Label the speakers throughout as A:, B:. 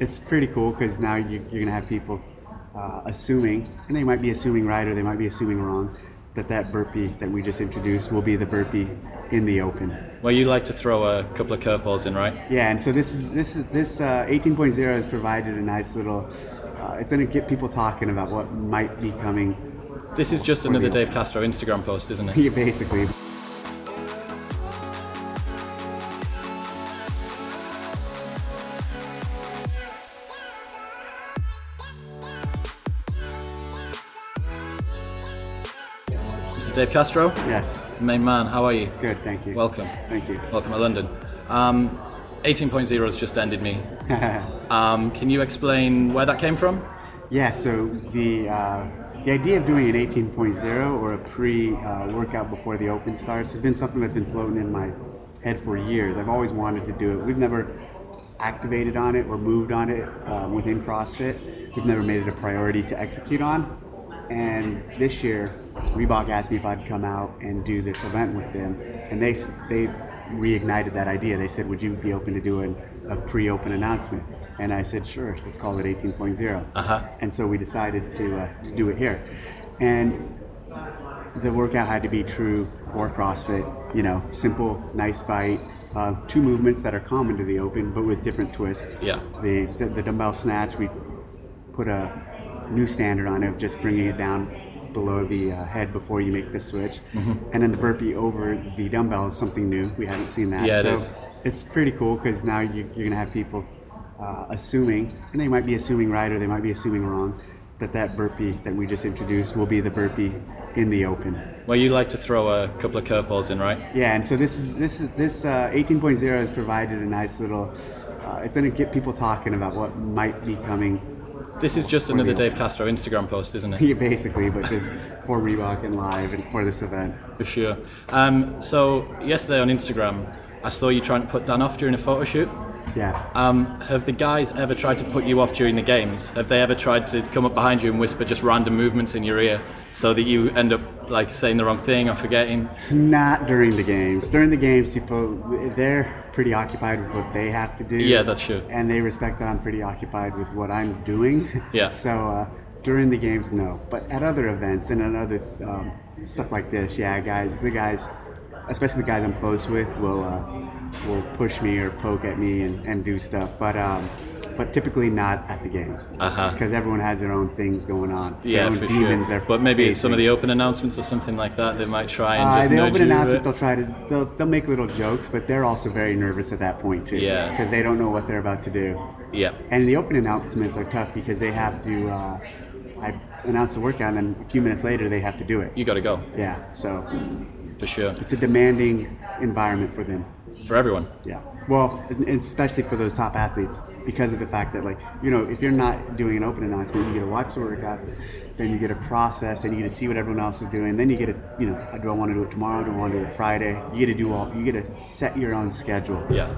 A: it's pretty cool because now you, you're gonna have people uh, assuming, and they might be assuming right or they might be assuming wrong, that that burpee that we just introduced will be the burpee in the open.
B: Well, you like to throw a couple of curveballs in, right?
A: Yeah, and so this is this is this uh, 18.0 has provided a nice little. Uh, it's going to get people talking about what might be coming,
B: This is just another Dave Castro Instagram post, isn't it?
A: yeah, basically.
B: Mr. Dave Castro,
A: Yes,
B: main man, how are you?
A: good. Thank you.
B: Welcome.
A: thank you.
B: Welcome to London. Um, 18.0 has just ended me. um, can you explain where that came from?
A: Yeah, so the uh, the idea of doing an 18.0 or a pre-workout before the open starts has been something that's been floating in my head for years. I've always wanted to do it. We've never activated on it or moved on it um, within CrossFit. We've never made it a priority to execute on. And this year, Reebok asked me if I'd come out and do this event with them, and they s- they reignited that idea. They said, "Would you be open to doing a pre-open announcement?" And I said, "Sure. Let's call it 18.0." Uh-huh. And so we decided to uh, to do it here, and the workout had to be true core CrossFit. You know, simple, nice bite. Uh, two movements that are common to the open, but with different twists.
B: Yeah.
A: The the, the dumbbell snatch, we put a new standard on it of just bringing it down below the uh, head before you make the switch, and then the burpee over the dumbbell is something new. We haven't seen that.
B: Yeah, it
A: so
B: is.
A: it's pretty cool because now you, you're gonna have people uh, assuming, and they might be assuming right or they might be assuming wrong, that that burpee that we just introduced will be the burpee in the open.
B: Well, you like to throw a couple of curveballs in, right?
A: Yeah, and so this is this is this uh, 18.0 has provided a nice little. Uh, it's gonna get people talking about what might be coming,
B: This is just another Dave Castro Instagram post, isn't it?
A: basically, but just for Reebok and live and for this event.
B: For sure. Um, so yesterday on Instagram, I saw you trying to put Dan off during a photo shoot.
A: Yeah.
B: Um, have the guys ever tried to put you off during the games? Have they ever tried to come up behind you and whisper just random movements in your ear so that you end up like saying the wrong thing or forgetting?
A: Not during the games. During the games, people they're pretty occupied with what they have to do.
B: Yeah, that's true.
A: And they respect that I'm pretty occupied with what I'm doing.
B: Yeah.
A: so uh, during the games, no. But at other events and at other um, stuff like this, yeah, guys, the guys, especially the guys I'm close with, will uh, will push me or poke at me and, and do stuff. But um, but typically not at the games.
B: Uh-huh.
A: Because everyone has their own things going on.
B: Yeah,
A: their own
B: for
A: demons
B: sure.
A: they're
B: But maybe some of
A: facing.
B: the open announcements or something like that, they might try and
A: Uh,
B: just
A: they
B: nudge
A: open
B: you. a
A: announcements.
B: bit.
A: They'll try to. They'll, they'll make little jokes, but they're also very nervous at that point too.
B: Yeah.
A: Because they don't know what they're about to do.
B: Yeah.
A: And the open announcements are tough because they have to. Uh, I announce the workout, and then a few minutes later they have to do it.
B: You got to go,
A: Yeah. So
B: for sure.
A: it's a demanding environment for them.
B: For everyone.
A: Yeah. Well, and- and especially for those top athletes, because of the fact that, like, you know, if you're not doing an open announcement, you get to watch the workout, then you get to process, and you get to see what everyone else is doing. Then you get to, you know, do I want to do it tomorrow? Do I want to do it Friday? You get to do all. You get to set your own schedule.
B: Yeah.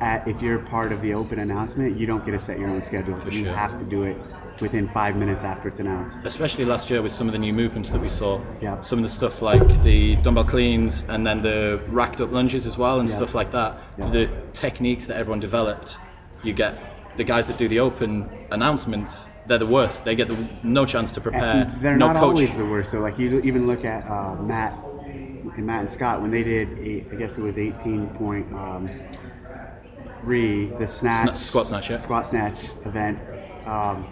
A: At, if you're part of the open announcement, you don't get to set your own schedule. You
B: sure.
A: have to do it within five minutes after it's announced.
B: especially last year with some of the new movements that we saw.
A: Yeah.
B: Some of the stuff like the dumbbell cleans and then the racked up lunges as well and
A: Yeah.
B: stuff like that.
A: Yeah.
B: The techniques that everyone developed, you get the guys that do the open announcements. They're the worst. They get the, no chance to prepare.
A: Eh, They're
B: Uh, no
A: not
B: coach.
A: always the worst. So like you even look at uh, Matt and Matt and Scott when they did eight, I guess it was eighteen point um, three the snatch
B: Sna- squat snatch, yeah.
A: squat snatch event. Um,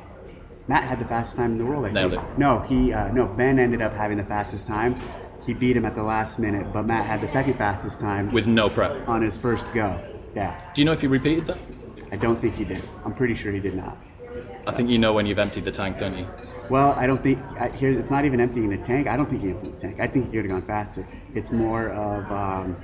A: Matt had the fastest time in the world. I
B: Nailed
A: think.
B: it.
A: No, he uh, no Ben ended up having the fastest time. He beat him at the last minute, but Matt had the second fastest time
B: with no prep.
A: on his first go. Yeah,
B: Do you know if you repeated that?
A: I don't think he did. I'm pretty sure he did not.
B: I think you know when you've emptied the tank, don't you?
A: Well, I don't think I, here. It's not even emptying the tank. I don't think he emptied the tank. I think he could have gone faster. It's more of um,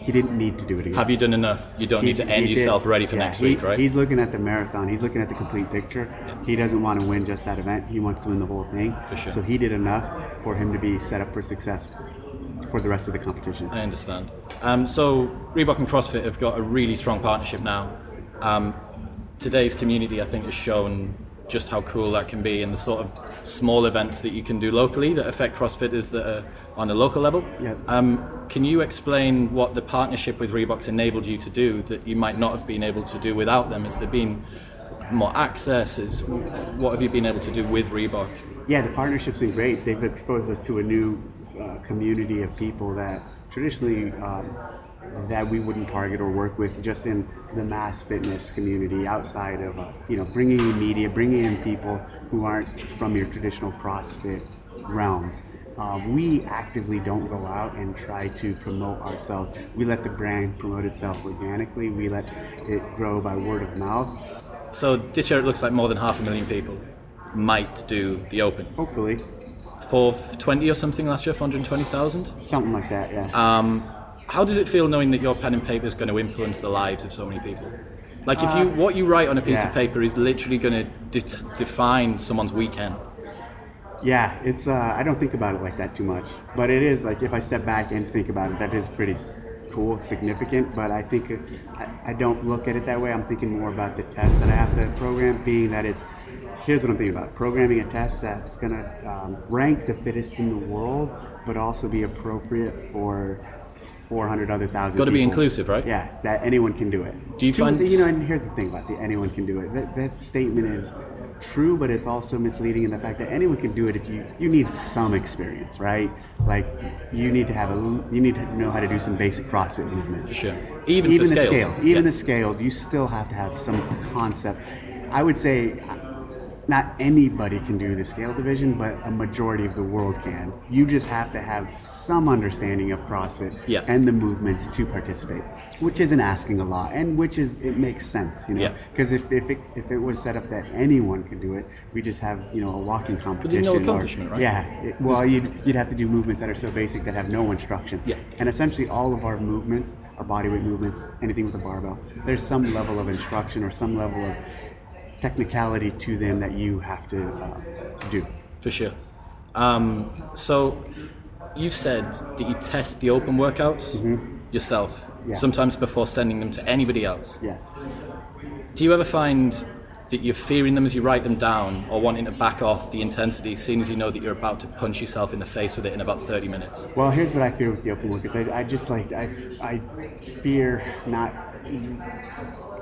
A: he didn't need to do it again.
B: Have you done enough? You don't
A: He-
B: need to end
A: he did-
B: yourself ready for
A: yeah,
B: next
A: he-
B: week, right?
A: He's looking at the marathon. He's looking at the complete picture. He doesn't want to win just that event. He wants to win the whole thing.
B: For sure.
A: So he did enough for him to be set up for success for the rest of the competition.
B: I understand. Um, so Reebok and CrossFit have got a really strong partnership now. Um, today's community, I think, has shown just how cool that can be, and the sort of small events that you can do locally that affect CrossFitters that are on a local level.
A: Yeah.
B: Um, can you explain what the partnership with Reebok's enabled you to do that you might not have been able to do without them? Has there been more access? Is what have you been able to do with Reebok?
A: Yeah, the partnership's been great. They've exposed us to a new uh, community of people that traditionally um, that we wouldn't target or work with just in the mass fitness community outside of uh, you know bringing in media bringing in people who aren't from your traditional crossfit realms uh, we actively don't go out and try to promote ourselves we let the brand promote itself organically we let it grow by word of mouth
B: So this year it looks like more than half a million people might do the Open.
A: hopefully
B: 420 or something last year, 420,000.
A: something like that yeah
B: How does it feel knowing that your pen and paper is going to influence the lives of so many people? Like if you what you write on a piece of
A: Uh, yeah.
B: paper is literally going to det define someone's weekend.
A: Yeah, it's. Uh, I don't think about it like that too much, but it is like if I step back and think about it, that is pretty s- cool, significant. But I think uh, I, I don't look at it that way. I'm thinking more about the test that I have to program, being that it's. Here's what I'm thinking about: programming a test that's going to um, rank the fittest in the world, but also be appropriate for 400 other thousand.
B: Gotta be
A: people.
B: inclusive, right?
A: Yeah, that anyone can do it.
B: Do you
A: Two-
B: find-
A: you know? And here's the thing about the anyone can do it. That, that statement is true, but it's also misleading in the fact that anyone can do it if you you need some experience, right? Like you need to have a l- you need to know how to do some basic CrossFit movements.
B: Sure. Even for
A: even the
B: scales.
A: scale, even
B: Yeah.
A: the scaled, you still have to have some concept. I would say not anybody can do the scale division, but a majority of the world can. You just have to have some understanding of CrossFit
B: Yeah.
A: and the movements to participate, which isn't asking a lot, and which is it makes sense, you know.
B: Yeah.
A: Because if, if, it, if it was set up that anyone could do it, we just have you know a walking competition. or-
B: accomplishment, right?
A: Yeah. it- well, you'd, you'd have to do movements that are so basic that have no instruction.
B: Yeah.
A: And essentially, all of our movements, our bodyweight movements, anything with a barbell, there's some level of instruction or some level of technicality to them that you have to uh, do.
B: For sure. Um, so you've said that you test the open workouts yourself,
A: Mm-hmm. Yeah.
B: sometimes before sending them to anybody else.
A: Yes.
B: Do you ever find that you're fearing them as you write them down or wanting to back off the intensity, seeing as you know that you're about to punch yourself in the face with it in about 30 minutes?
A: Well, here's what I fear with the open workouts. I, I just like I, I fear not.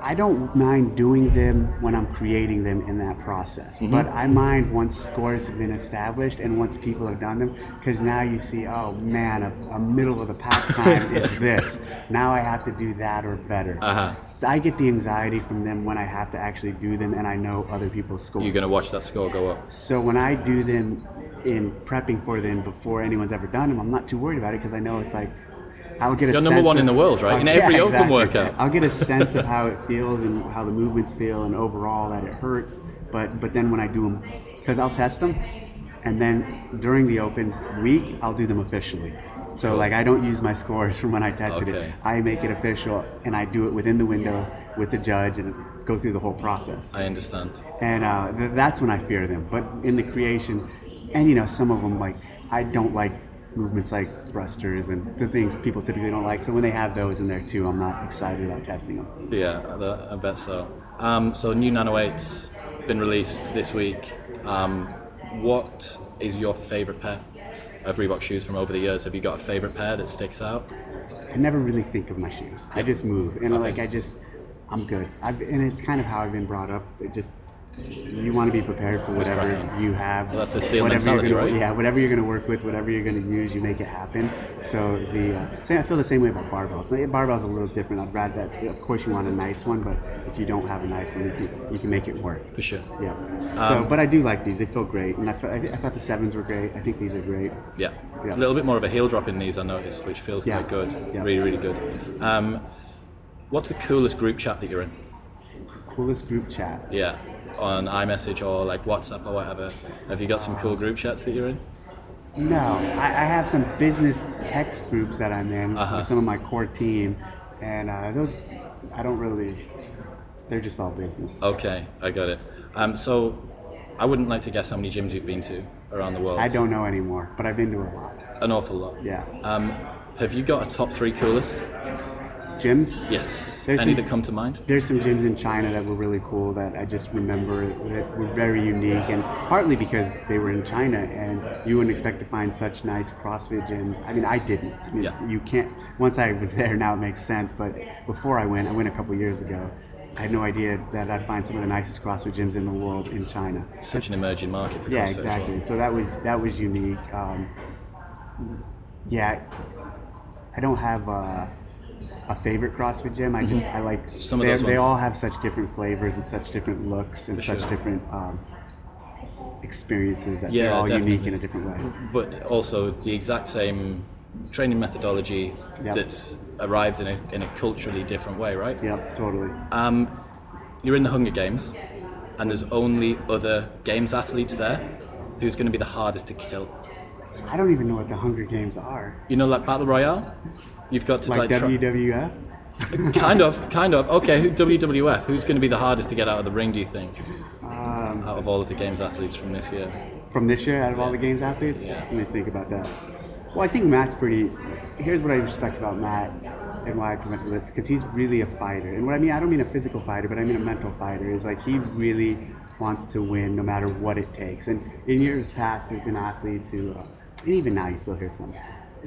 A: I don't mind doing them when I'm creating them in that process, but I mind once scores have been established and once people have done them, because now you see, oh man, a, a middle of the pack time is this. Now I have to do that or better. Uh-huh. I get the anxiety from them when I have to actually do them, and I know other people's scores.
B: You're going to watch that score go up.
A: So when I do them in prepping for them before anyone's ever done them, I'm not too worried about it because I know it's like I'll get a
B: You're
A: sense
B: number one
A: of-
B: in the world, right?
A: I'll-
B: In every open workout.
A: I'll get a sense of how it feels and how the movements feel and overall that it hurts. But but then when I do them, because I'll test them, and then during the open week I'll do them officially. So like I don't use my scores from when I tested
B: Okay.
A: it. I make it official and I do it within the window with the judge and go through the whole process
B: I understand.
A: and uh, th- that's when I fear them. But in the creation, and you know, some of them like I don't like movements like thrusters and the things people typically don't like. So when they have those in there too, I'm not excited about testing them.
B: Yeah, I bet- I bet so. Um, so new Nano 8's been released this week. Um, what is your favourite pair of Reebok shoes from over the years? Have you got a favourite pair that sticks out?
A: I never really think of my shoes. I just move, and like I just, I'm good. I've, and it's kind of how I've been brought up. It just you want to be prepared for whatever
B: crack on.
A: you have.
B: Well, that's a seal
A: whatever you're
B: mentality,
A: gonna,
B: right?
A: Yeah, whatever you're going to work with, whatever you're going to use, you make it happen. So the uh, same, I feel the same way about barbells. Like, barbells are a little different. I'd rather that. Of course, you want a nice one, but if you don't have a nice one, you can, you can make it work.
B: For sure.
A: Yeah. So,
B: Um,
A: but I do like these. They feel great, and I, fe- I, th- I thought the sevens were great. I think these are great.
B: Yeah.
A: Yeah.
B: A little bit more of a heel drop in these, I noticed, which feels
A: Yeah.
B: quite good.
A: Yeah.
B: Really, really good. Um, what's the coolest group chat that you're in?
A: Coolest group chat.
B: Yeah. On iMessage or like WhatsApp or whatever. Have you got some cool group chats that you're in?
A: No, I, I have some business text groups that I'm in with some of my core team, and uh, those I don't really. They're just all business.
B: Okay, I got it. Um, so I wouldn't like to guess how many gyms you've been to around the world.
A: I don't know anymore, but I've been to a lot.
B: An awful lot.
A: Yeah,
B: Um, have you got a top three coolest?
A: gyms.
B: Yes.
A: There's
B: Any
A: some-
B: that come to mind?
A: There's some gyms in China that were really cool that I just remember that were very unique, and partly because they were in China, and you wouldn't expect to find such nice CrossFit gyms. I mean, I didn't. I mean,
B: Yeah.
A: You can't. Once I was there, now it makes sense. But before I went, I went a couple years ago, I had no idea that I'd find some of the nicest CrossFit gyms in the world in China.
B: Such an emerging market for CrossFit.
A: Yeah,
B: as well.
A: exactly. So that was that was unique. Um, yeah, I don't have a, a favorite CrossFit gym. I just I like
B: Mm-hmm. Some of
A: they-
B: those
A: they
B: ones.
A: all have such different flavors and such different looks and
B: For
A: such
B: sure.
A: different um, experiences that they're
B: Yeah,
A: all unique
B: definitely.
A: in a different way.
B: but also the exact same training methodology
A: Yeah.
B: that's arrived in a, in a culturally different way, right?
A: Yep, totally.
B: Uh, You're in the Hunger Games, and there's only other Games athletes there. Who's going to be the hardest to kill?
A: I don't even know what the Hunger Games are.
B: You know, like battle royale. You've got to
A: Like
B: like, try-
A: WWF?
B: kind of, kind of. Okay, who, WWF. Who's going to be the hardest to get out of the ring? Do you think?
A: Um,
B: out of all of the Games athletes from this year,
A: from this year out of all the games athletes? Let me think about that. Well, I think Matt's pretty. Here's what I respect about Matt and why I promote lips because he's really a fighter. And what I mean, I don't mean a physical fighter, but I mean a mental fighter. Is like he really wants to win no matter what it takes. And in years past, there's been athletes who, uh, and even now you still hear some,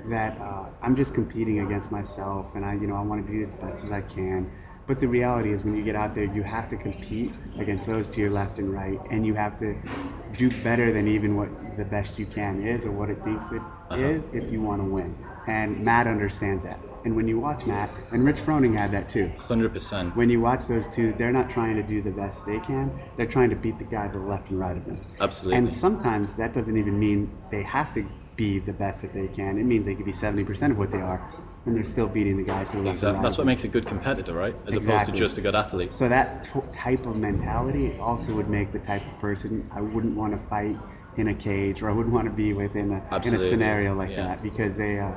A: that uh, I'm just competing against myself, and I, you know, I want to do as best as I can. But the reality is, when you get out there, you have to compete against those to your left and right, and you have to do better than even what the best you can is or what it thinks it is if you want to win. And Matt understands that. And when you watch Matt, and Rich Froning had that too.
B: hundred percent.
A: When you watch those two, they're not trying to do the best they can. They're trying to beat the guy to the left and right of them.
B: Absolutely.
A: And sometimes that doesn't even mean they have to be the best that they can. It means they could be 70% of what they are, and they're still beating the guys to the left and right.
B: That's
A: of them.
B: what makes a good competitor, right? As opposed to
A: Exactly.
B: just a good athlete.
A: So that t- type of mentality also would make the type of person I wouldn't want to fight in a cage, or I wouldn't want to be within a, in a
B: Absolutely.
A: scenario like
B: Yeah.
A: that, because they uh,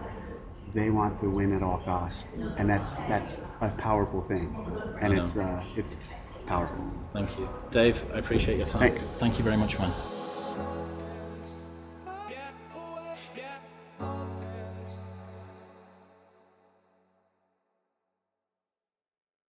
A: they want to win at all costs, and that's that's a powerful thing, and it's uh, it's powerful.
B: Thank you. Dave, I appreciate your time.
A: Thanks.
B: Thank you very much, man.